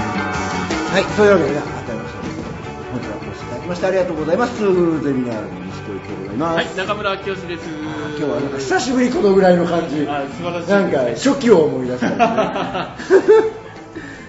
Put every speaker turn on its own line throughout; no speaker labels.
はい、そういうわけでね、改めまして、本日はお越しいただきましてありがとうございます。ゼミナールの西東京でございま
は
す。
い、中村清です。今
今日はなんか久しぶりこのぐらいの感じ。
あ素晴らしい
なんか初期を思い出 した感じね
あ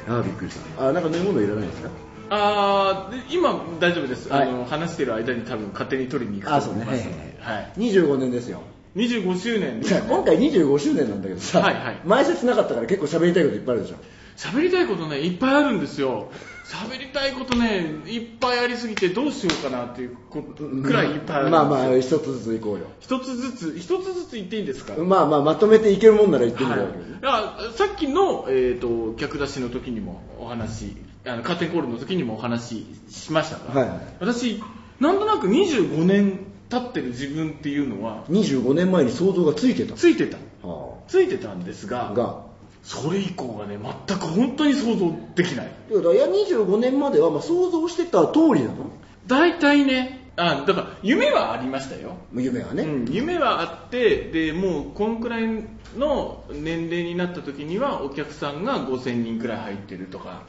ーびっくりした。あーなんか飲み物いらないですか
あーで今大丈夫です。あの、
は
話してる間に多分勝手に取りに行
あ、
く
そ
と
う
思
ね。は
いま
い
すので。
は
はいい。
25年ですよ。
25周年
いや今回25周年なんだけどさ、
はいはい
前説なかったから結構喋りたいこといっぱいあるでしょ。
喋りたいことね、いっぱいあるんですよ。喋りたいことね、いっぱいありすぎてどうしようかなっていうことくらいいっぱいあるんですよ。
まあまあ、一つずついこうよ。
一つずつ、一つずつ言っていいですか
まあまあ、まとめていけるもんなら言ってみ
はい
よう、
いやさっきの、えー、と逆出しの時にもお話あのカーテンコールの時にもお話ししましたが、
はい
私なんとなく25年経ってる自分っていうのは
25年前に想像がついてた。
ついてた
は
ついてたんです
あ
が
が
それ以降はね全く本当に想像できない
だからいや25年まではまあ想像してた通りなの
大体ねあだから夢はありましたよ
夢はね、
うん、夢はあってでもうこんくらいの年齢になった時にはお客さんが5000人くらい入ってるとか、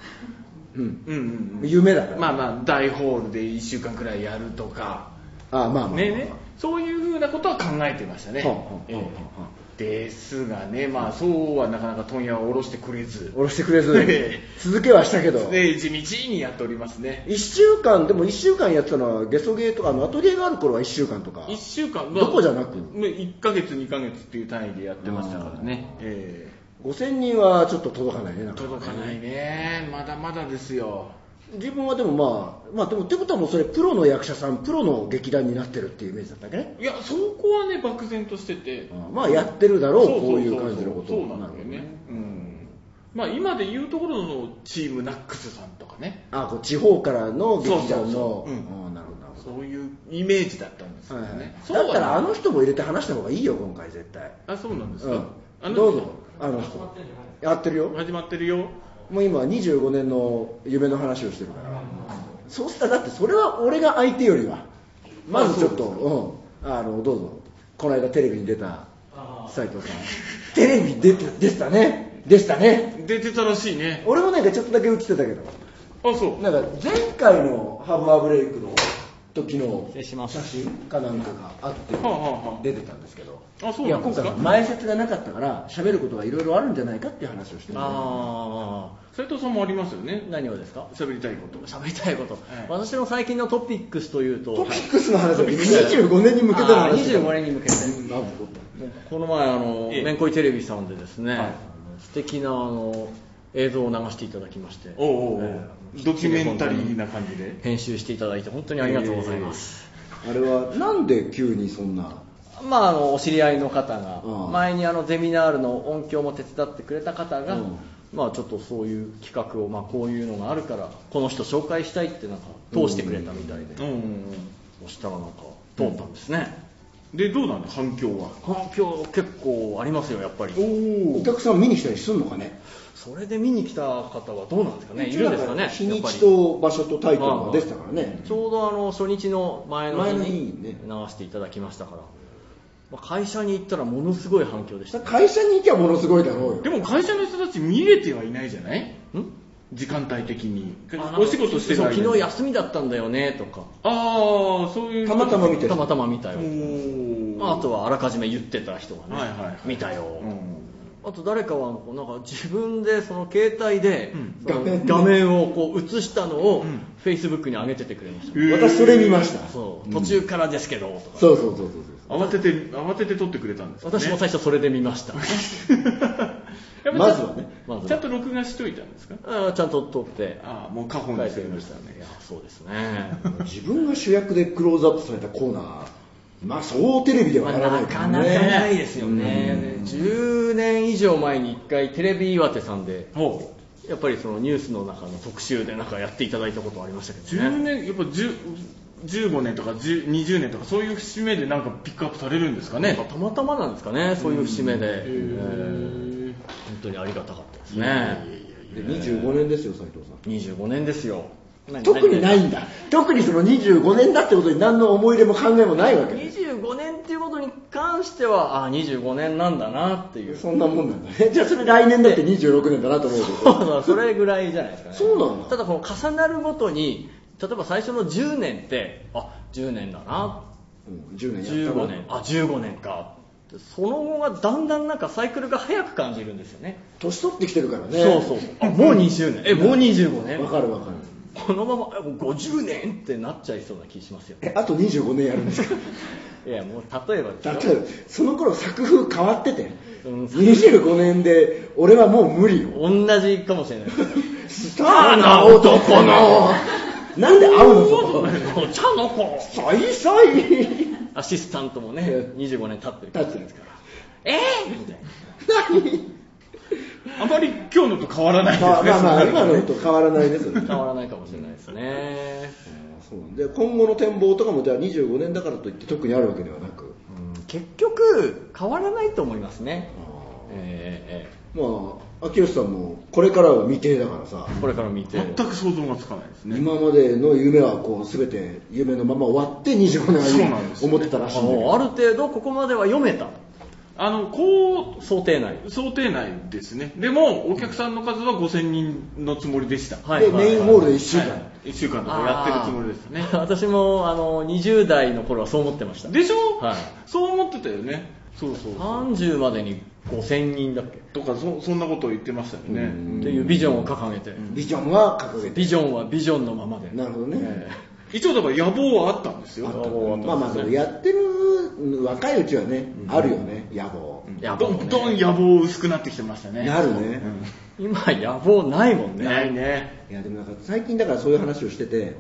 うん
うんうんうん、
夢だから、
まあまあ大ホールで1週間くらいやるとか、
ああまあまあまあ
ねえね、そういうふうなことは考えてましたね
はあはあはあ、
ええですがね、まあ、そうはなかなか問屋を下ろしてくれず、
下ろしてくれず
え
続けはしたけど、
で地道にやっておりますね、
1週間でも1週間やってたのはゲソゲーとかあのアトリエがある頃は1週間とか
1週間、
どこじゃなく
1ヶ月、2ヶ月っていう単位でやってましたからね。ええ
5000人はちょっと届かないねなんか
届かないねまだまだですよ
自分はでもまあまあでもってことはもうそれプロの役者さんプロの劇団になってるっていうイメージだったわけね
いやそこはね漠然としてて
ああまあやってるだろう
そ
こう
そ
いう
そ
感じのこと
そうなんだよ
るほど
ねうんまあ今で言うところのチームナックスさんとかね
ああこう地方からの劇
そうそ
団
う
の
そう
ああなるほど
うん
なるほど
そういうイメージだったんですよ
はい
ね、
はい
そうは
だったらあの人も入れて話した方がいいよ今回絶対
あそうなんですか、あ
うん
の
どうぞあの人やってるよ
始まってるよ
もう今25年の夢の話をしてるからそうしたらだってそれは俺が相手よりはまずちょっとうんあのどうぞこの間テレビに出た斉藤さんテレビ出てでしたねでしたね
出てたらしいね
俺もなんかちょっとだけ映ってたけど
あそう
なんか前回のハンマーブレイクの時の
礼します
写真かなんかがあって
はあはあ
出てたんですけど
あそう
いや
なんで
今
す
回
か
前説がなかったから喋ることがいろいろあるんじゃないかっていう話をしてるんだよね
あ
斉藤さんもありますよね
あ、何をですか
喋りたいこと
喋りたいこと、私の最近のトピックスというと、
トピックスの話だけど25年に向けての
あー
話
25年に向けて
うんなるほ
この前あの、
ええ
めんこいテレビさんでですね、
はい
素敵なあの映像を流していただきまして、
おうおうおう
ええ
ドキュメンタリーな感じで
編集していただいて、本当にありがとうございます。
どあれはなんで急にそんな
まあ、あのお知り合いの方が、
うん
前にあのゼミナールの音響も手伝ってくれた方が、
うん
まあ、ちょっとそういう企画を、まあ、こういうのがあるからこの人紹介したいってなんか通してくれたみたいで、
うんうんうん
そしたらなんか通ったんですね、
でどうなんだ反響は
反響結構ありますよやっぱり
おお
お客さん見に来たりするのかね
それで見に来た方はどうなんですかねいるんですかね
日に
やっぱり
ちと場所とタイトルが出てたからね
ちょうどあの初日の前の日
前の日
に
に
流
ね
していただきましたから、まあ、会社に行ったらものすごい反響でしたん
会社に行きゃものすごいだろうよ
でも会社の人たち見れてはいないじゃない時間帯的にお仕事してる
そう
間に
昨日休みだったんだよねとか
ああそういう
たまたま見てる
たまたま見た
お
よ、
ー
まあ、あとはあらかじめ言ってた人がね、
はいはいはい
見たよ、
うん
あと誰かはなんか自分でその携帯で
うん
その
画面ね
画面をこう映したのを
うん
Facebook に上げててくれました、
私それ見ました
そう途中からですけどとか
そうそうそうそうそう
慌てて慌てて撮ってくれたんですね
私も最初それで見ました
やっぱ
まずはね
まずは
ちゃんと録画しといたんですか
あーちゃんと撮って
ああもう過保
書
に
い
してて
み
ま
ま
し
したたねい
ね
やそうですね
自分が主役でクローズアップされたコーナーまあそうテレビでは
まあ
やらない
な
か
からなか
ね
ないですよね
うん
10年以上前に1回テレビ岩手さんで
ほう
やっぱりそのニュースの中の特集でなんかやっていただいたことありましたけど
10
ね
年やっぱ10 15年とか10 20年とかそういう節目でなんかピックアップされるんですかね
やっぱたまたまなんですかねそういう節目で、えー
へ
本当にありがたかったですね
で25年ですよ斉藤さん
25年ですよ
特にないいんだ特にその25年だってことに何の思い入れも考えもないわけ
25年っていうことことに関しては、ああ、25年なんだなっていう。
そんなもんなんだ ね。じゃあそれ来年だって26年だなと思うけど。
そうそうそれぐらいじゃないですかね
そうなんだ
ただこの重なるごとに例えば最初の10年ってあ10年だな
うん、10年やったな
15年あ15年かってその後がだんだんなんかサイクルが早く感じるんですよね
年取ってきてるからね。
そうそうあもう20年えもう25年
わかるわかる。
このままえもう50年ってなっちゃいそうな気しますよね
え、あと25年やるん ですか
いやもう例えばです
だ
よ
って、その頃作風変わってて、
うん
25年で俺はもう無理よ。
同じかもしれないです
スターな男のなんで会うのそこ
お茶の子
さいさい
アシスタントもね25年経ってる
立ってるんですか
ええみたいな
ら何
あまり今日のと変わらないですね。
まあまあまあ、
そうな
今
ると
のと変わらないですよね。
変わらないかもしれないですね。
そうなんで今後の展望とかもじゃあ25年だからといって特にあるわけではなく、
うん結局、変わらないと思いますね。えええ
まあ秋吉さんもこれからは未定だからさ
えこれから見て。
全く想像がつかないですね。
今までの夢はこう全て夢のまま終わって25
そう
年
な
は
んですよ
思ってたらしい
あ
んだけ
の
ど
ある程度、ここまでは読めた。
あの、こ
想定内。
う、想定内ですね。でも、お客さんの数は5000人のつもりでした。
は
でメインホールで1
一
週間、
1週間とかやってるつもりですね。
私も、あの、20代の頃はそう思ってました。
でしょ、
はい
そう思ってたよね。そうそうそう。
30までに5000人だっけ、
とかそ、そんなことを言ってましたよね。
っていうビジョンを掲げて。
ビジョンは掲げて
ビジョンはビジョンのままで。
なるほどね、
一応だから野望はあったんですよ。
あった望は
まあまあでもやってる若いうちはね、あるよね野望、
野望
ど
ね
んどん野望薄くなってきてましたね。
なるね、
今、野望ないもんね。
ないね。
いやでもなんか最近だからそういう話をしてて、
はい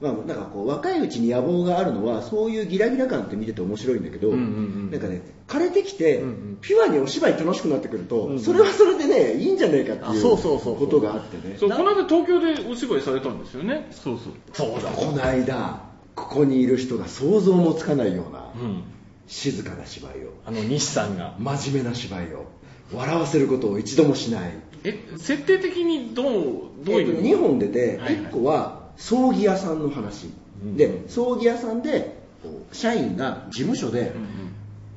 まあ、なんかこう若いうちに野望があるのはそういうギラギラ感って見てて面白いんだけど、
うんうんうん
なんかね枯れてきて、
うんうん
ピュアにお芝居楽しくなってくると、
んうん
それはそれでねいいんじゃねえかって
あ
いう
そうそうそうそう
ことがあってね
そう、この間東京でお芝居されたんですよね。そうそう。
そうだ。
この間ここにいる人が想像もつかないような、
うん。
静かな芝居を
あの、西さんが。
真面目な芝居を笑わせることを一度もしない
え、設定的にどう、どういうの、
2本出て
はいはい
1個は葬儀屋さんの話、
うん
で葬儀屋さんでこう社員が事務所で
うんうん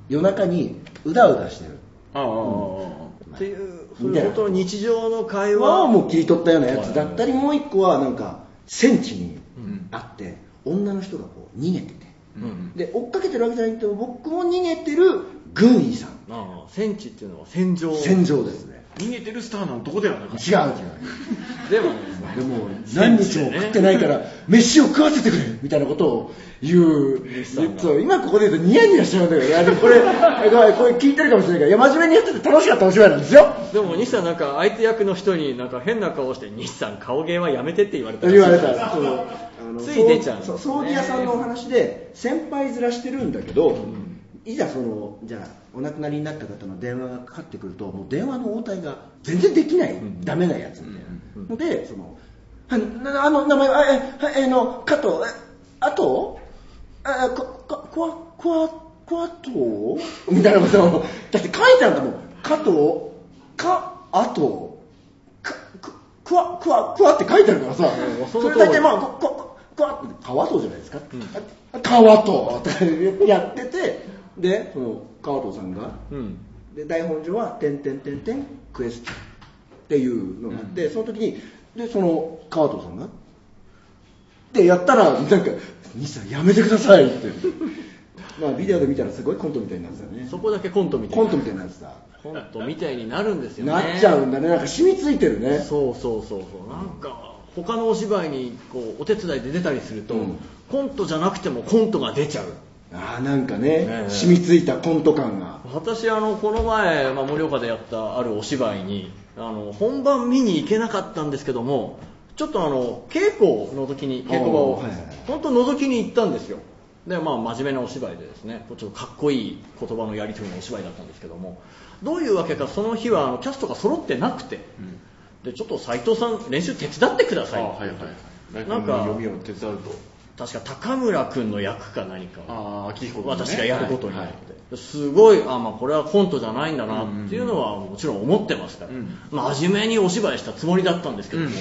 夜中にうだうだしてる
ああああああ、
っていう、そ
み
うい
たいうな
ことを日常の会話
は
を
もう切り取ったようなやつだったりもう1個はなんか戦地にあって女の人がこう逃げてて
うん
で追っかけてるわけじゃないけど僕も逃げてる軍医さん
ああ、戦地っていうのは戦場。
戦場ですね
逃げてるスターの男ではなかっ
違う違う
でも、
でも何日も食ってないから飯を食わせてくれみたいなことを言うそう今ここで言うとニヤニヤしちゃうんだけどいやでもこれごめんこれ聞いてるかもしれないからいや真面目にやってて楽しかったお芝居なんですよ
でも西さんなんか相手役の人になんか変な顔して、西さん顔芸はやめてって言われたらしい
言われたらそのあの
つい出ちゃうんです
そ
ね
う葬儀屋さんのお話で先輩面してるんだけど、いざそのじゃあお亡くなりになった方の電話がかかってくるともう電話の応対が全然できない、ダメなやつみたいな、のでそのあなあの名前はえはえの加藤えあとあこここわこわこわと みたいなことをだって書いてあるんだもん加藤かあとかくくわくわくわって書いてあるからさ
うんそ
そ
の通
れ
り
大体まあこここわって川藤じゃないですか、川藤 とかやっててでその川藤さんが
うん。
で台本上は「てんてんてんてんクエスチョン」っていうのがあって、その時にでその川藤さんがでやったらなんか「西さんやめてください」って まあビデオで見たらすごいコントみたいになってたよね
そこだけコントみたい
コ
な。
ントみたいになってた
コントみたいになるんですよね。
なっちゃうんだねなんか染みついてるね
そうそうそうそう。なんか、他のお芝居にこうお手伝いで出たりすると、
うん
コントじゃなくてもコントが出ちゃう。
ああなんかね、
ええ
染みついたコント感が
私あのこの前、まあ、盛岡でやったあるお芝居にあの本番見に行けなかったんですけどもちょっとあの稽古を覗きに稽古場を、
おーはいはいはい
本当覗きに行ったんですよでまあ真面目なお芝居でですねちょっとかっこいい言葉のやり取りのお芝居だったんですけどもどういうわけかその日はあのキャストが揃ってなくて、でちょっと斎藤さん練習手伝ってくだ
た。
さい、
あはいはい。
なんか
読みを手伝うと。
確か高村君の役か何か
あ
を
あ、秋彦君ね
私がやることに
は
ないっ
は
て
い、
すごいあ、まあ、これはコントじゃないんだなっていうのはもちろん思ってますから、
うん
真面目にお芝居したつもりだったんですけど
う
も、
ん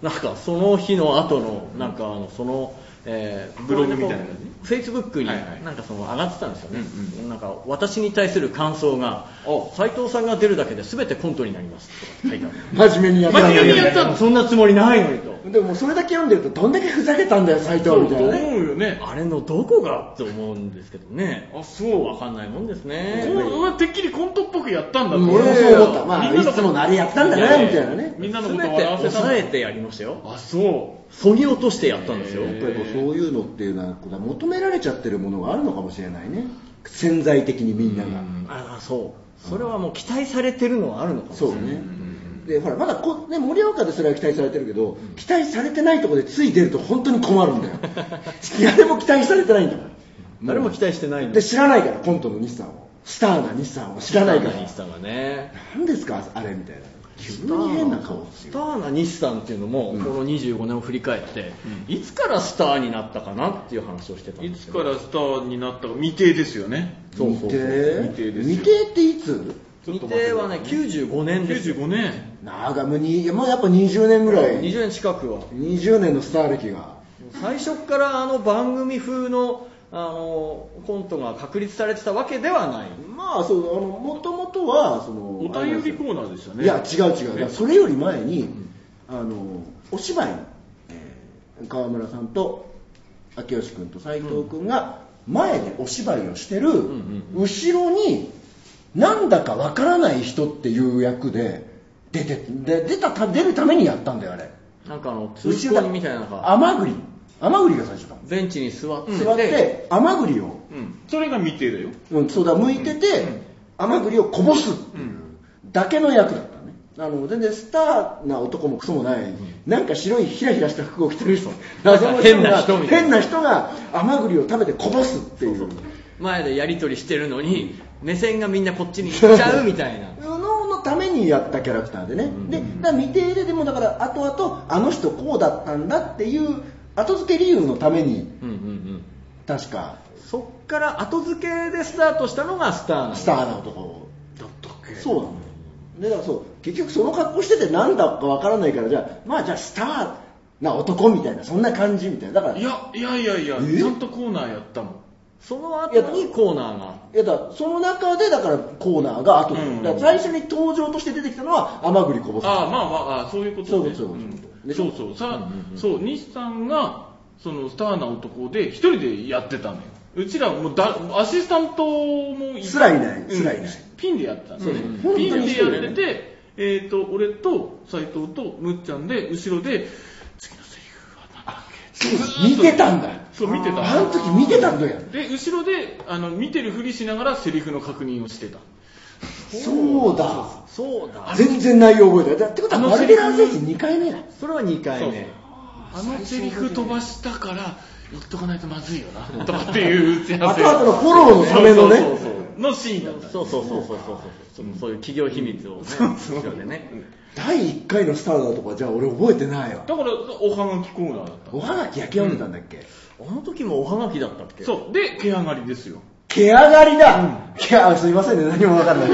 なんかその日の後のなんかあのその、ええー
ブログみたいな感じ
フェイスブックに
はいはい
なんかその上がってたんですよね、
うん
なんか私に対する感想が
お
斎藤さんが出るだけで全てコントになりますとか書いてある
真面目にやった
真面目にやったの
そんなつもりないのにと
でもそれだけ読んでるとどんだけふざけたんだよ斎藤みたいなね
思うよね
あれのどこがって思うんですけどね
あそう
分かんないもんです
こ
ね
ううわてっきりコントっぽくやったんだ
う
と
ん
思う
俺もそう思ったまあ
みんないの
つものあれやったんだ
いやい
な
や
みたいなね
みんなのこと
全
を笑
て
わせた
抑えてやりましたよ
あそ
そぎ落としてやったんですよ、
へ
やっぱりこうそういうのっていうのはこう求められちゃってるものがあるのかもしれないね潜在的にみんなが
ああそうそれはもう期待されてるのはあるのかもしれ
そ
な
う
い
ねでほらまだこうね盛岡でそれは期待されてるけど期待されてないところでつい出ると本当に困る んだよ誰も期待されてないんだから
誰も期待してないの
で知らないからコントの西さんをスターな西さんを知らないから
スターな西さんがね
何ですかあれみたいな急に変な顔
スターな西さんっていうのも、
うん
この25年を振り返って、いつからスターになったかなっていう話をしてたん
うい
で
つ
すけ
か
ど
らスターになったか未定ですよね
そうそうそう
未定
未定ですよ
未定っていつ
未定はね95年ですよ
95年
長むにいやもうやっぱ20年ぐらい
20年近くは
20年のスター歴が
最初からあの番組風のあのコントが確立されてたわけではない
まあそうあのもともとはその
お便りコーナーでしたね
いや違う違う、だから
ね
それより前に、あのお芝居の、えー川村さんと秋吉君と斎藤君が前でお芝居をしてる、
ん
後ろになんだかわからない人っていう役で出てで出たた出るためにやったんだよあれ
なんかあの通行人みたいなのが
甘栗甘栗が最初だ
ベンチに座って
座って甘栗を、
うんそれが未定だよ
うん、そうだ向いてて、甘栗をこぼすっていうだけの役だったねあの全然スターな男もクソもない、なんか白いヒラヒラした服を着てる人謎の
変
が
な人みたいな
変な人が甘栗を食べてこぼすっていう
前でやり取りしてるのに目線がみんなこっちに行っちゃうみたいな
ののためにやったキャラクターでね、でだから未定ででもだから後々あの人こうだったんだっていう後付け理由のために
うんうんうん
確か
そっから後付けでスタートしたのがスターなの
スターな男を
だったっけ
そうなのよでだからそう結局その格好しててなんだかわからないからじゃあまあじゃあスターな男みたいなそんな感じみたいなだから
いやいやいやいや
え
ちゃんとコーナーやったもん
その後にコーナーが
いやだからその中でだからコーナーが後で、
うん
だから最初に登場として出てきたのは甘栗こぼす
ああまあまあああそういうことね
そうそうそう
うんそうそうさそう西さんがそのスターな男で一人でやってたのようちらもうだアシスタントも
すらいない
うん
すらいない
ピンでやってたの
そうね
ん
本当
ピ
に
ンで
そうだ
や
よね
っててえっと俺と斎藤とむっちゃんで後ろで次のセリフは何だっ
そう見てたんだ
そう見てた
あの時見てたんだよ
けで後ろであの見てるふりしながらセリフの確認をしてた
そうだ
そうだ
全然内容覚えてないだってことは
あの
マルゲラー選手2回目だ
それは2回
そう
目
あのセリフ飛ばしたから言っとかないとまずいよなとかっていう打ち合わせ
後々のフォローのためのね
そうそうそうのシーンだった
そうそうそうそうそうそうそういう企業秘密をね後ろでね
第1回のスターだとかじゃあ俺覚えてないわ
だからおはがきコーナーだっ
おはがき焼き読んでたんだっけ、
あの時もおはがきだったったけ
そうで毛上がりですよ
毛上がりだ、いやすいませんね何も分か んない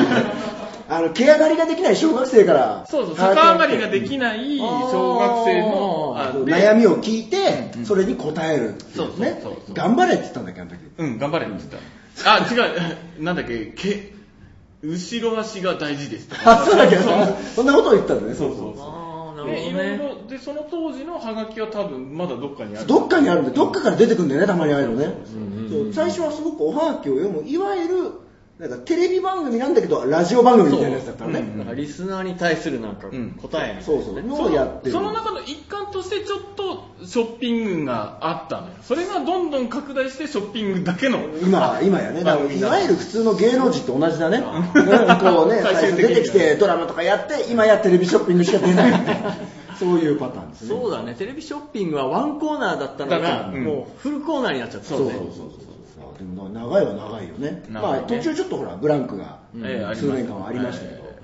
あの毛上がりができない小学生から
そうそう逆上がりができない小学生の
あ
あ
の
で
悩みを聞いて、それに答えるっていうね
そうそうそうそう
頑張れって言ったんだっけあの時
うん頑張れって言ったあ違う なんだっけ毛後ろ足が大事ですとか
あそうだっけどそんなことを言ったんだね
そうそうそう
ああな
でい
る
ろい
ほどね
ろでその当時のハガキは多分まだどっかにある
どっかにあるんでどっかから出てくるんだよねたまにああいうのねそう最初はすごくおはがきを読むいわゆるなんかテレビ番組なんだけどラジオ番組みたいなやつだったのね、
だからリスナーに対するなんか答え
ん
みたいな
そうそうの
そ
をやってる
その中の一環としてちょっとショッピングがあったのよそれがどんどん拡大してショッピングだけの
今今やね、だから
番組
い
だ
わゆる普通の芸能人と同じだね、うんこうね、最初
最終的には
出てきてドラマとかやって、今やテレビショッピングしか出ないって、 そういうパターンですね。
そうだねテレビショッピングはワンコーナーだったの
だから
が
うん
もうフルコーナーになっちゃった
そうそうそうそうそう。でも長いは長いよね。
長い
まあ
ね
途中ちょっとほらブランクが
ええありました
数年間はありましたけど、
うんうんうん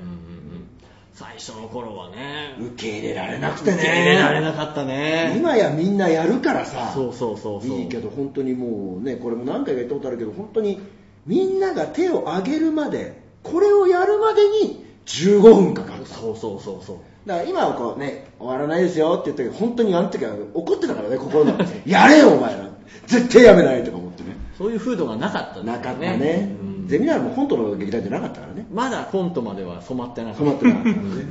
最初の頃はね
受け入れられなくてね。
受け入れられなかったね
今やみんなやるからさ。
そうそうそうそう
いいけど本当にもうねこれも何回か言ったことあるけど本当にみんなが手を挙げるまでこれをやるまでに15分かかる
そうそうそうそう
だから今はこうね、終わらないですよって言ったけど、本当にあの時は怒ってたからね、心の中で。 やれよ、お前ら。絶対やめないとか思ってね。
そういう風土がなかったんだよ
なかったね。ゼミナールもコントの劇団じゃなかったからね。
まだコントまでは染まってなか
染
っ
まってなかったからね。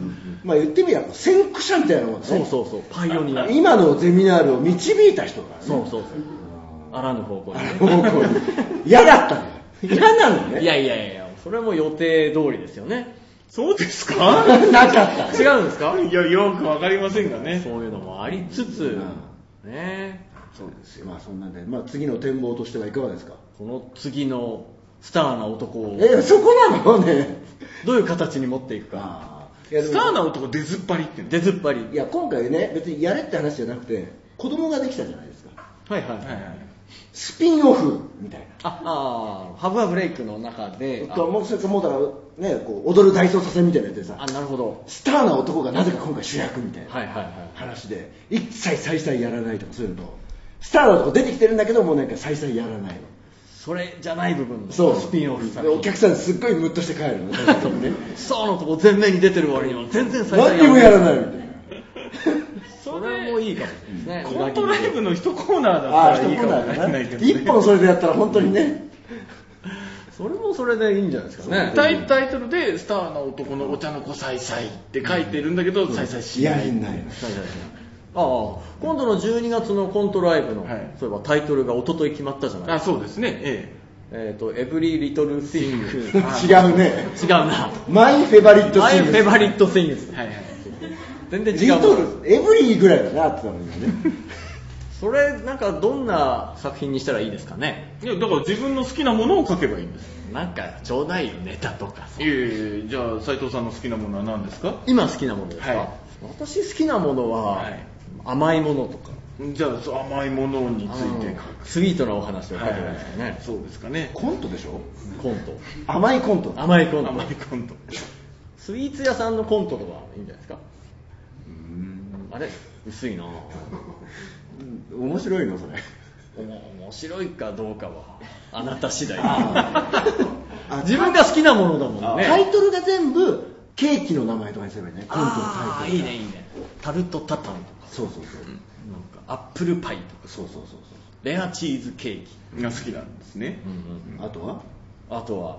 まあ言ってみれば、先駆者みたいなもんだ
た そう
ね。
そうそうパイオニア
今のゼミナールを導いた人だからね。
そうそうそうあらぬ方向に、ね、
方向に嫌だったのよ。 嫌なのね。
いやいやいやそれはもう予定通りですよね
そうです か
なかった。
違うんですか
いや、よくわかりませんがね。
そういうのもありつつ、ね
そうですよ。まあそんなんで、まあ次の展望としてはいかがですか
この次のスターな男を
え、そこなのね。
どういう形に持っていくか
ああ。いやで
ス
も
ターな男出ずっぱりっていうの
出ずっぱり
いや今回ね別にやれって話じゃなくて子供ができたじゃないですか
はいはいはい、
はいはい
スピンオフみたい
ああーハブアブレイクの中で
な
あ
ともうそれかもうだからねこう踊る大捜査線みたいなやつでさ
あなるほど
スターな男がなぜか今回主役みたいな
はいはいはい
話で一切再々やらないとかそういうのとスターな男出てきてるんだけどもうなんか再々やらないの
それじゃない部分の
そう
スピンオフさ
でお客さんすっごいムッとして帰 るの最初にね
そうのとこ全面に出てる割には全然再生
何にもやらないみたいな
それもいいかもしれないですね
コントライブの一コーナー
あ
だ
あ
ったらい
一
いか
本
も
だ
しれないけど、ね。
一本それでやったら本当にね
それもそれでいいんじゃないですかね
タイタイトルで「スターな男のお茶の子さいさい」って書いてるんだけど、さいさいし
や
ない
りないの
はいはいはいああ今度の12月のコントライブの、
はい
そういえばタイトルが一昨日決まったじゃない
あ
ですか
そうですねえ
えっ、と「エブリー・リトル・シング」違う
違うね
な
マイフェバリッ
「
ト
マ
シ
イ・
ン
フ
グ
ェバリット・シングス
えはいはい」
全然
リ
違う
トル、エブリーぐらいだなって言ったの今 ね。
それなんかどんな作品にしたらいいですかね
いやだから自分の好きなものを書けばいいんです
なんかちょうだいよネタとかさ
いやいやいやじゃあ斎藤さんの好きなものは何ですか
今好きなものですか、
はい
私好きなものは、
はい
甘いものとか
じゃあそう甘いものについて
あのスイートなお話を
書
書い
く
て
はい
る
は
ん
い
ですかね、
そうですかね
コントでしょ
コント
甘いコント。
甘いコント
甘いコント
スイーツ屋さんのコントとかいいんじゃないですかあれ 薄いな
面白いのそれ。
おも面白いかどうかはあなた次第
あ
自分が好きなものだもんね
タイトルが全部、ケーキの名前とかにすればいいね。コントの
あ
タ
ー
イトル
いいねいいねタルトタタンとか
そうそうそう。
なんかアップルパイとか
そうそうそう
レアチーズケーキ、
が好きなんですね、
そう。あとは
あとは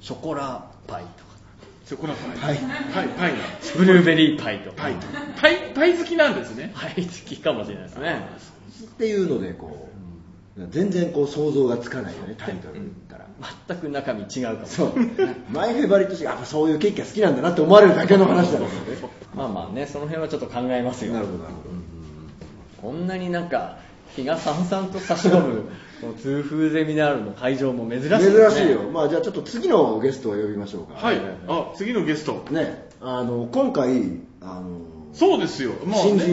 ショコラパイとか
ショコラパイパイパイな
ブルーベリーパイとか
パイパイパイ好きなんですね
パイ好きかもしれないですね
っていうので、こう、全然こう想像がつかないよね、タイトルから。
全く中身違うかもし
そ
れ
う
ない。
マイフェバリットシーン、やっぱそういうケーキが好きなんだなって思われるだけの話だからね。
まあまあねその辺はちょっと考えますよ
なるほど、なるほど。
こんなになんか日がさんさんと差し込むこの痛風ゼミナールの会場も珍しいで
珍
すね
しいよ。まあじゃあちょっと次のゲストを呼びましょうか。
はいあ次のゲスト
ね、あの今回あの、
そうですよまあ
新
ね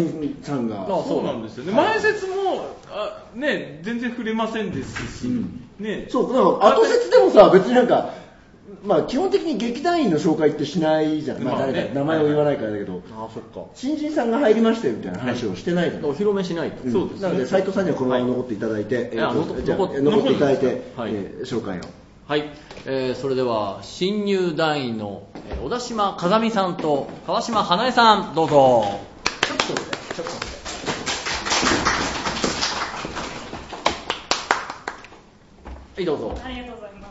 人さんが、
あ
そうなんですよね、前説もあ、ね、全然触れませんですし、ね、
そうだから後説でもさ別になんか、まあ基本的に劇団員の紹介ってしないじゃん。まあ
まあね
誰か名前を言わないからだけど、
ああそっか
新人さんが入りましたよみたいな話をしてないじゃん。
お披露目しないと、
うん
そうですね
なので斎藤さんにはこのまま残っていただいて、えーと
残っ
じゃあ
残っ
えー残っていただいて、
はい
えー紹介を。
はい、えーそれでは新入団員のえー小田島風見さんと川島花江さんどうぞはいどうぞ
ありがとうございます。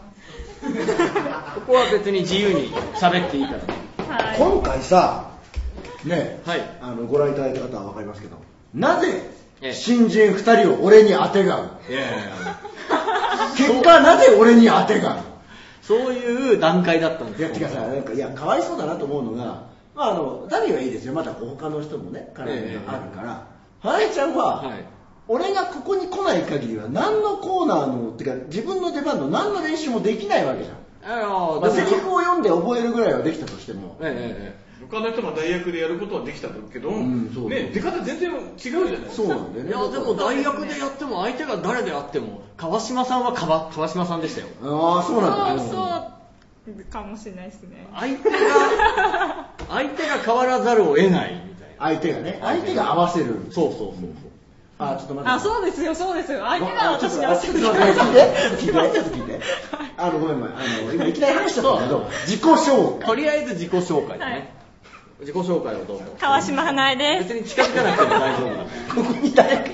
ここは別に自由に喋っていいからね
はい。
今回さ、ね、
はい
あのご覧いただいた方はわかりますけど、なぜ
ええ
新人二人を俺にあてがう。
いやいやいや
結果なぜ俺に当てが
そういう段階だったんです
いや
よ
てかさなんかいやかわいそうだなと思うのが、まあ、あのダビはいいですよまだ他の人もね絡みがあるから、花江ちゃんは、
はい
俺がここに来ない限りは何のコーナーのてか自分の出番の何の練習もできないわけじゃん、
あの
まあ、セ
で
リ
も
フを読んで覚えるぐらいはできたとしても、
ええええ
他の人が大学でやることはできたけど、
んそう
ね、出方全然違うじゃないです
そ
か。
うなんだよ
い
ね
やでも大学でやっても相手が誰であっても川島さんは川川島さんでしたよ
ああそうなんだ
そうそうかもしれないですね。
相手が相手が変わらざるを得ないみたい
相手がね相手が合わせる
なそうそうそうそう
あーちょっと待って
あ、そうですよ、そうですよ。相手が私に合
あ
わ
ち
せ
ょってと
く
待
だ
って
さい。
聞いて、聞いて、ちょっと聞いて。あの、ごめんごめん。あの、今いきなり話しちゃったんだけど、自己紹介。
とりあえず自己紹介ね、
はい
自己紹介をどうぞ
川島花江です
別に近づかなくても大丈夫だ
ここに誰か
よ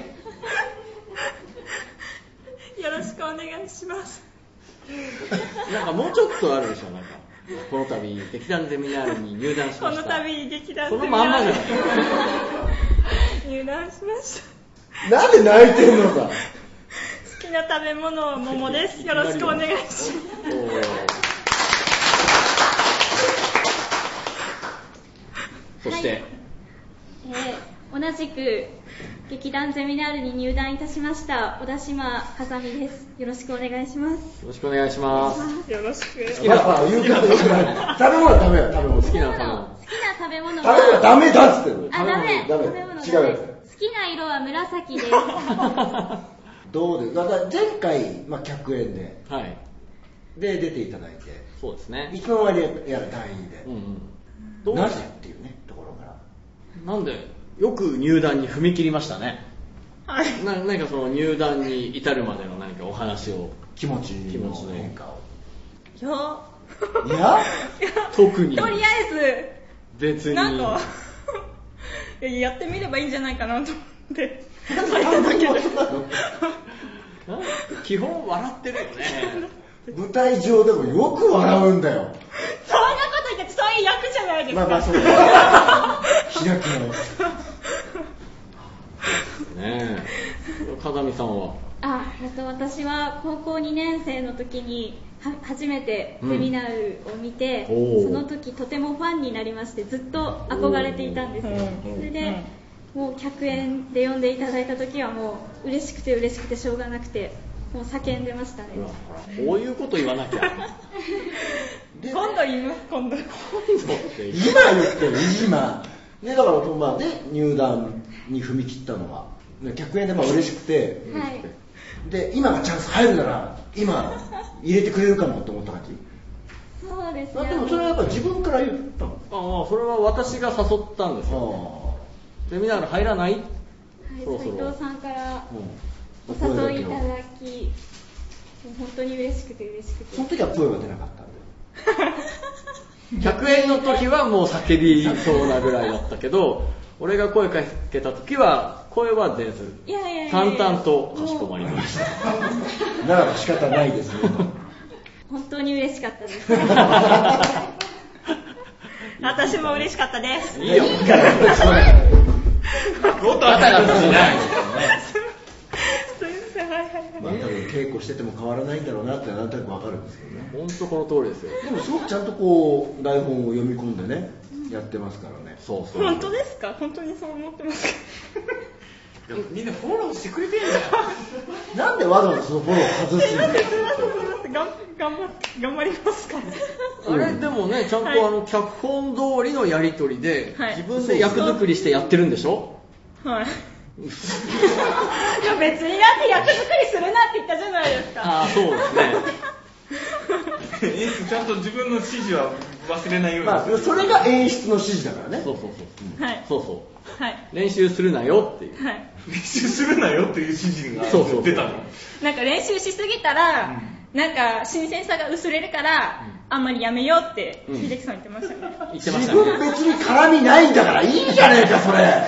ろしくお願いします
なんかもうちょっとあるでしょなんかこの度劇団ゼミナールに入団し
こ
まし
の
た
度劇団
そのまんまじゃない
入団しました
なんで泣いてんのさ
好きな食べ物は桃ですよろしくお願いします
おーそして、
えー同じく劇団ゼミナールに入団いたしました小田島かさみですよろしくお願いします
よろしくお願いします
よろしく
まあまあ言うことよくない食べ物はダメよ食べ物
好きな食べ物
好きな食べ物
食べ物は
は
ダメだっつってる
あダメ
ダ
食
メ
べ物
違うや
好
つ
きな色は紫です
どうですだから前回、まあ、客演で
はい
で出ていただいて
そうです
い
ね
つの間にやら団員で
うんうんどう
なぜっていうねところから
なんでよく入団に踏み切りましたね
はい
な何かその入団に至るまでの何かお話を
気持ち
気持ち
の
の
変化を
よ
いや
特に
とりあえ
別
ず
に
なんか やってみればいいんじゃないかなと思って書いただけで
なんか基本笑ってるよね
舞台上でもよく笑うんだよ
そんなこと言ってそういう役じゃないですか、
まあまあそうだね 開き直って
ねえ風見さんは
あえっと私は高校2年生の時には初めてゼミナールを見て、
うんおー
その時とてもファンになりましてずっと憧れていたんですよ
うん
それで、もう客演で呼んでいただいた時はもう嬉しくて嬉しくてしょうがなくてもう叫んでましたね
ほらほらこういうこと言わなきゃ
今度言います今度
そうって
今言ってる今ねだからまあね入団に踏み切ったのはね客円でまあ嬉しくて、
はい
で今がチャンス入るなら今入れてくれるかもと思った感じ
そうです
まあ
ね
でもそれはやっぱ自分から言ったの
ああそれは私が誘ったんですよ
あ
ゼミナール入らない
はい
そろそろ
斉藤さんから
あう
お
ん声
誘いい
を
ただきもう本当に嬉しくて嬉しくて
その時は声が出なかったんで
100円の時はもう叫びそうなぐらいだったけど俺が声かけた時は声は出ず
いやいやいやいや
淡々とかしこまりました
ならば仕方ない ですよ
本当に嬉しかった です
私も嬉しかった です
いいよもっとあたがしない
すいませんはいはいはい
まあ多分稽古してても変わらないんだろうなってなんとなくわかるんですけどね
本当この通りですよ
でもすごくちゃんとこう台本を読み込んでねやってますからね
そうそう
本当ですか本当にそう思ってます か
みんなフォローしてくれてるじ
なんでわざわざそのフォローを外すんだよ
すいませんすいません頑頑張って頑張りますから
あれでもねちゃんと
はい
あの脚本通りのやり取りで
はい
自分で役作りしてやってるんでしょ
はい。いや別にだって役作りするなって言ったじゃないですか。
ああそうですね
ゃん演出 ちゃんと自分の指示は忘れないように
ま あ、それが演出の指示だからね。
そうそうそう
はい。
そうそ
はい。
う練習するなよっていう
はい。
練習するなよっていう指示が
そうそう
出たの
なんか練習しすぎたら、なんか新鮮さが薄れるから、あんまりやめようって、
うん
秀樹さん言ってましたね。
言ってまし
自
たね
分別に絡みないんだからいいじゃねえか、それ。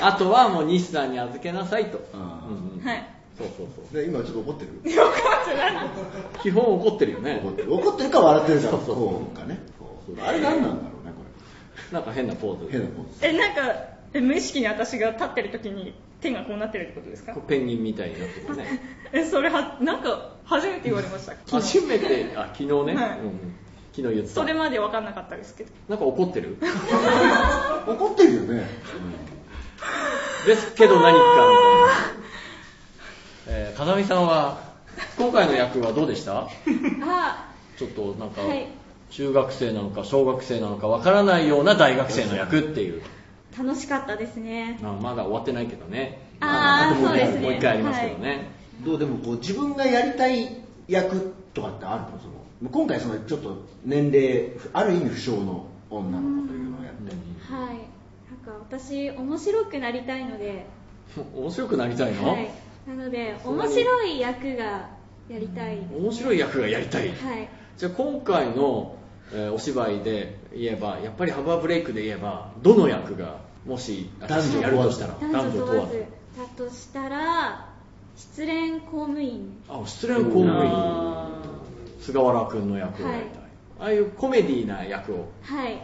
あとはもう西さんに預けなさいと、
あー
うんうん
はい。
そうそうそう
で今ちょっと怒ってる
よかったなんか
基本怒ってるよね
怒ってる。怒ってるか笑ってるか、
そうそうそう
こうかね。こうあれ何なんだろうね、こ
なんか変なポー
れ。
ズ
変なポーズ。
え、なんか、え無意識に私が立ってる時に手がこうなってるってことですか
ペンギンみたいになってるね
え、それは、なんか初めて言われ ました。昨日
初めてあ昨日ね、
はい
うんうん昨日言ってた
それまで分かんなかったですけど。
なんか怒ってる
怒ってるよね。
ですけど何かみたいな、えー、風見さんは今回の役はどうでした
あ
ちょっとなんか、
はい
中学生なのか小学生なのかわからないような大学生の役っていう
楽しかったですね
まあまだ終わってないけどね
あー
まだ
そうですね
もう一回ありますけどね、
どうでもこう自分がやりたい役とかってあるのその今回そのちょっと年齢、ある意味不詳の女の子というのをやって。
はいなんか私面白くなりたいので
うん面白くなりたいの、
はいなので面白い役がやりたいです
面白い役がやりたい、
はい
じゃあ今回の、ええーお芝居で言えばやっぱりハバーブレイクで言えばどの役がもし男女やるとしたら
男女問わず
男
だとしたら失恋公務員
女問わずあ失恋公務員菅原君の役をやりたい、
はい
ああいうコメディーな役を
はい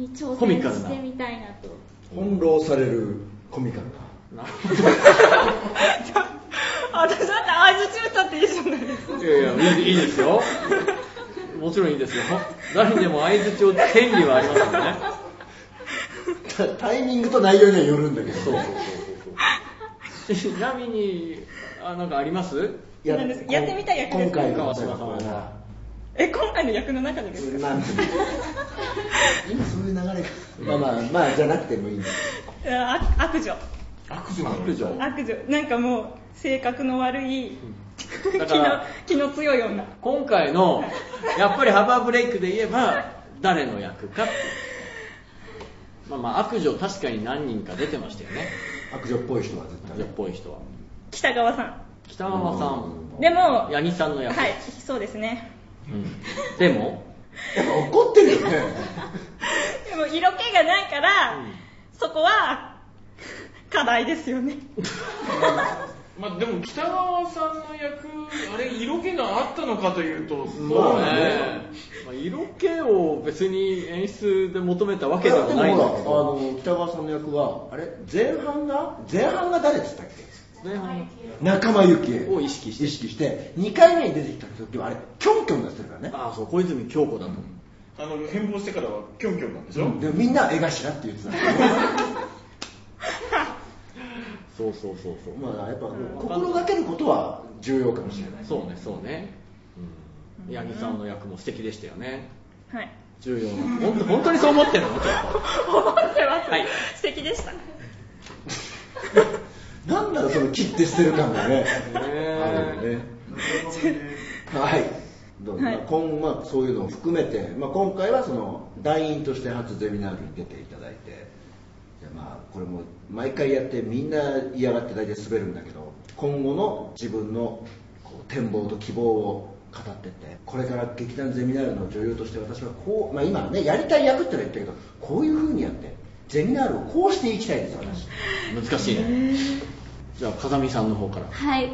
に挑
コミカ
戦
ルな
してみたいなと
翻弄されるコミカルな
な
私だって合図中歌っていいじゃないですか
いやいやいいいいですよ もちろんいいですよ誰にでも相づちを打つ権利はありますよね
たタイミングと内容にはよるんだけど
そうそうそうそうそう ちなみにあなんかあります
そうなんですやってみたい役で
今
す
回の
川島さんは
え今回の役の中でですか
なんていうの今そういう流れがまあまあまあじゃなくてもいいんだ
いやあ悪女
悪女なの
悪女
悪女なんかもう性格の悪い気
だ
の
から
気の強い女
今回のやっぱりハバーブレイクで言えば誰の役かっていうまあまあ悪女確かに何人か出てましたよね
悪女っぽい人は絶
悪
対
女っぽい人は
北川さん
北浜さ
でも
ん八木さんの役、
はいそうですね
うんでも
やっぱ怒ってるよね
でも色気がないから、
うん
そこは課題ですよ ね
まあ、でも北川さんの役あれ色気があったのかというと
そ
そうう
ね
ね、
まあ、色気を別に演出で求めたわ
い
け
や
で
でも
は
ほ
な
ら
い
あ
んだけど
の北川さんの役はあれ前半が前半が誰でしたっけ
前半
仲間由紀恵
を意識して
意識して2回目に出てきた時はあれキョンキョン出してるからね
ああそう小泉京子だと思う
あの変貌してからはキョンキョンなんでしょ、
でもみんな絵頭って言ってた
そうそうそうそう
まあやっぱ心がけることは重要かもしれない
そうねそうね、うん、八木さんの役も素敵でしたよね
はい
重要な本当本当にそう思 ってるのちょっ
思ってます、
はい
素敵でした
なんだろうその切って捨てる感がね
と
あるよねはいどうぞ
はい
まあ今まあそういうのを含めて、まあ、今回はその団員として初ゼミナールに出ていただいてじゃあまあこれも毎回やってみんな嫌がって大体滑るんだけど今後の自分のこう展望と希望を語ってってこれから劇団ゼミナールの女優として私はこう、まあ、今ねやりたい役ってのは言ったけどこういうふうにやってゼミナールをこうしていきたいです私
難しいねじゃあ風見さんの方から
はいや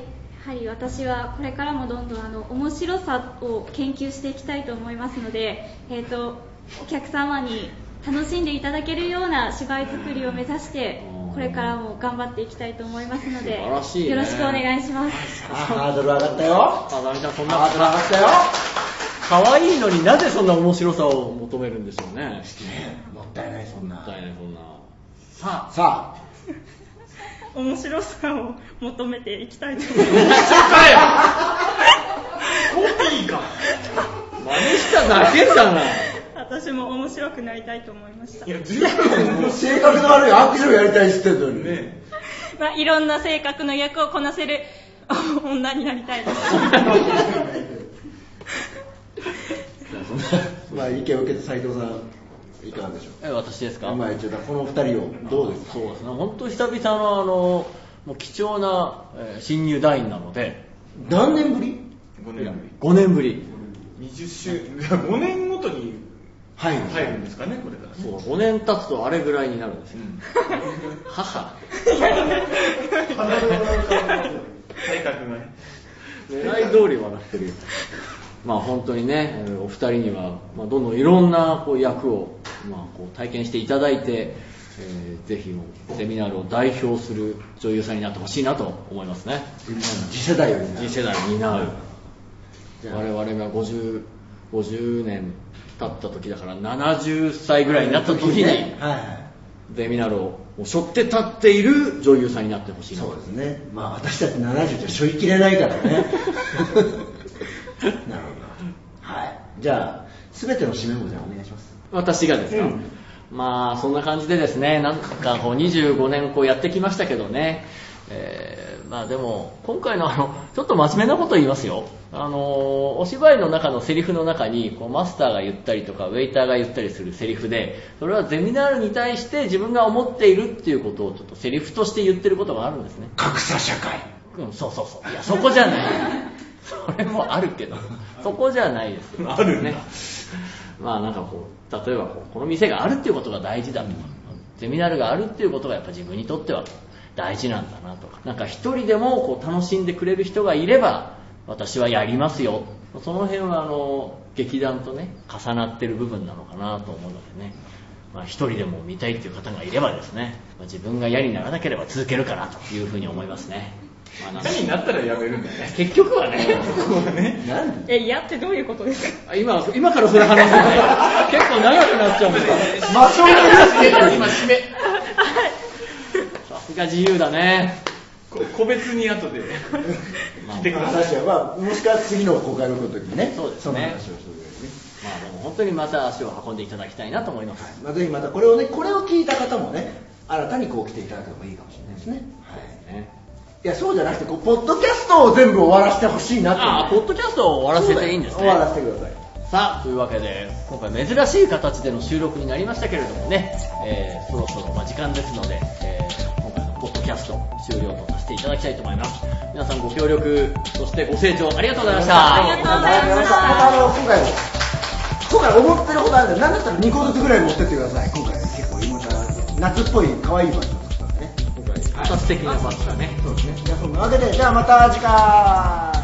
はり私はこれからもどんどんあの面白さを研究していきたいと思いますので、えー、とお客様に楽しんでいただけるような芝居作りを目指してこれからも頑張っていきたいと思いますの
素
で
晴らしいね
よろしくお願いします
あハードル上がったよ
風見さんそん
ハー
な
ドル上がったよ
可愛いのになぜそんな面白さを求めるんでしょうね
ねえもったいないそん
も
な
ったいないそんなさ
さあ
面白さを求めていきたいと思います
あ真似しただけじゃない
私も面白くなりたいと思いました
いや十分もう
性格の悪い悪女をやりたいっつってんのに
ね
まあ、いろんな性格の役をこなせる女になりたいです。
まあ意見を受けて斉藤さんいかがでしょ
え私です
う
か
かまあ一応だこの二人をどうですか
そうですね本当久々のあのもう貴重な、えー新入団員なので
何年ぶり
5年ぶり
5年ぶり
20周5年ごとに
入る
入るんですかねこれから
そう5年経つとあれぐらいになるんですよ、母
体格 がね
狙い通り笑ってるよまあ本当にねえーお二人には、まあ、どんどんいろんなこう役を、まあ、こう体験していただいて、えーぜひもうゼミナールを代表する女優さんになってほしいなと思いますね
次世代を担う
次世代に担う
じゃあ
我々が 50, 50年経った時だから70歳ぐらいになった時に
ねはいは
ゼミナールをもう背負って立っている女優さんになってほし
い
いなと
そうですねまあ私たち70じゃ背負いきれないからね なるほどはいじゃあ全ての締めもじゃあお願いします
私がですか、まあそんな感じでですねなんかこう25年こうやってきましたけどね、えーまあでも今回のあのちょっと真面目なこと言いますよあのお芝居の中のセリフの中にこうマスターが言ったりとかウェイターが言ったりするセリフでそれはゼミナールに対して自分が思っているっていうことをちょっとセリフとして言ってることがあるんですね
格差社会
うんそうそうそういやそこじゃない それもあるけどそこじゃないですよ
あるな
ねまあなんかこう、例えばこうこの店があるっていうことが大事だとか、ゼミナルがあるっていうことがやっぱ自分にとっては大事なんだなとか、なんか一人でもこう楽しんでくれる人がいれば、私はやりますよ。その辺はあの、劇団とね、重なってる部分なのかなと思うのでね。まあ、一人でも見たいっていう方がいればですね、まあ、自分が嫌にならなければ続けるかなというふうに思いますね。まあなんか
何になったらやめるんだよね。
結局はね、ここはね、なんで
え、嫌ってどういうことですか
あ今、今からそれ話すんだよ。結構長くなっちゃうんだ
魔性が今締め。
さすが自由だね。
こ個別に後 で来てください。
話は、まあ、もしかしたら次の公開録の時にね、
そうです
そ
ね
の話をするぐらいね。
まあでも本当にまた足を運んでいただきたいなと思います。
まあ、ぜひまたこれをね、これを聞いた方もね、新たにこう来ていただくのもいいかもしれないですね。
ね
いや、そうじゃなくて、こう、ポッドキャストを全部終わらせてほしいなって。
ああ、ポッドキャストを終わらせていいんですね。
終わらせてください。
さあ、というわけで、今回珍しい形での収録になりましたけれどもね、えーそろそろまあ時間ですので、えー今回のポッドキャスト終了とさせていただきたいと思います。皆さんご協力、そしてご清聴ありがとうございました。
ありがとうございました
またあの、今回も、今回思ってるほどあるんで、なんだったら2個ずつぐらい持ってってください。今回結構今から、夏っぽい可愛い場所だったんでね。
形的なバッグがね。
そうですね。じゃあ、そんなわけで、じゃあまた次回。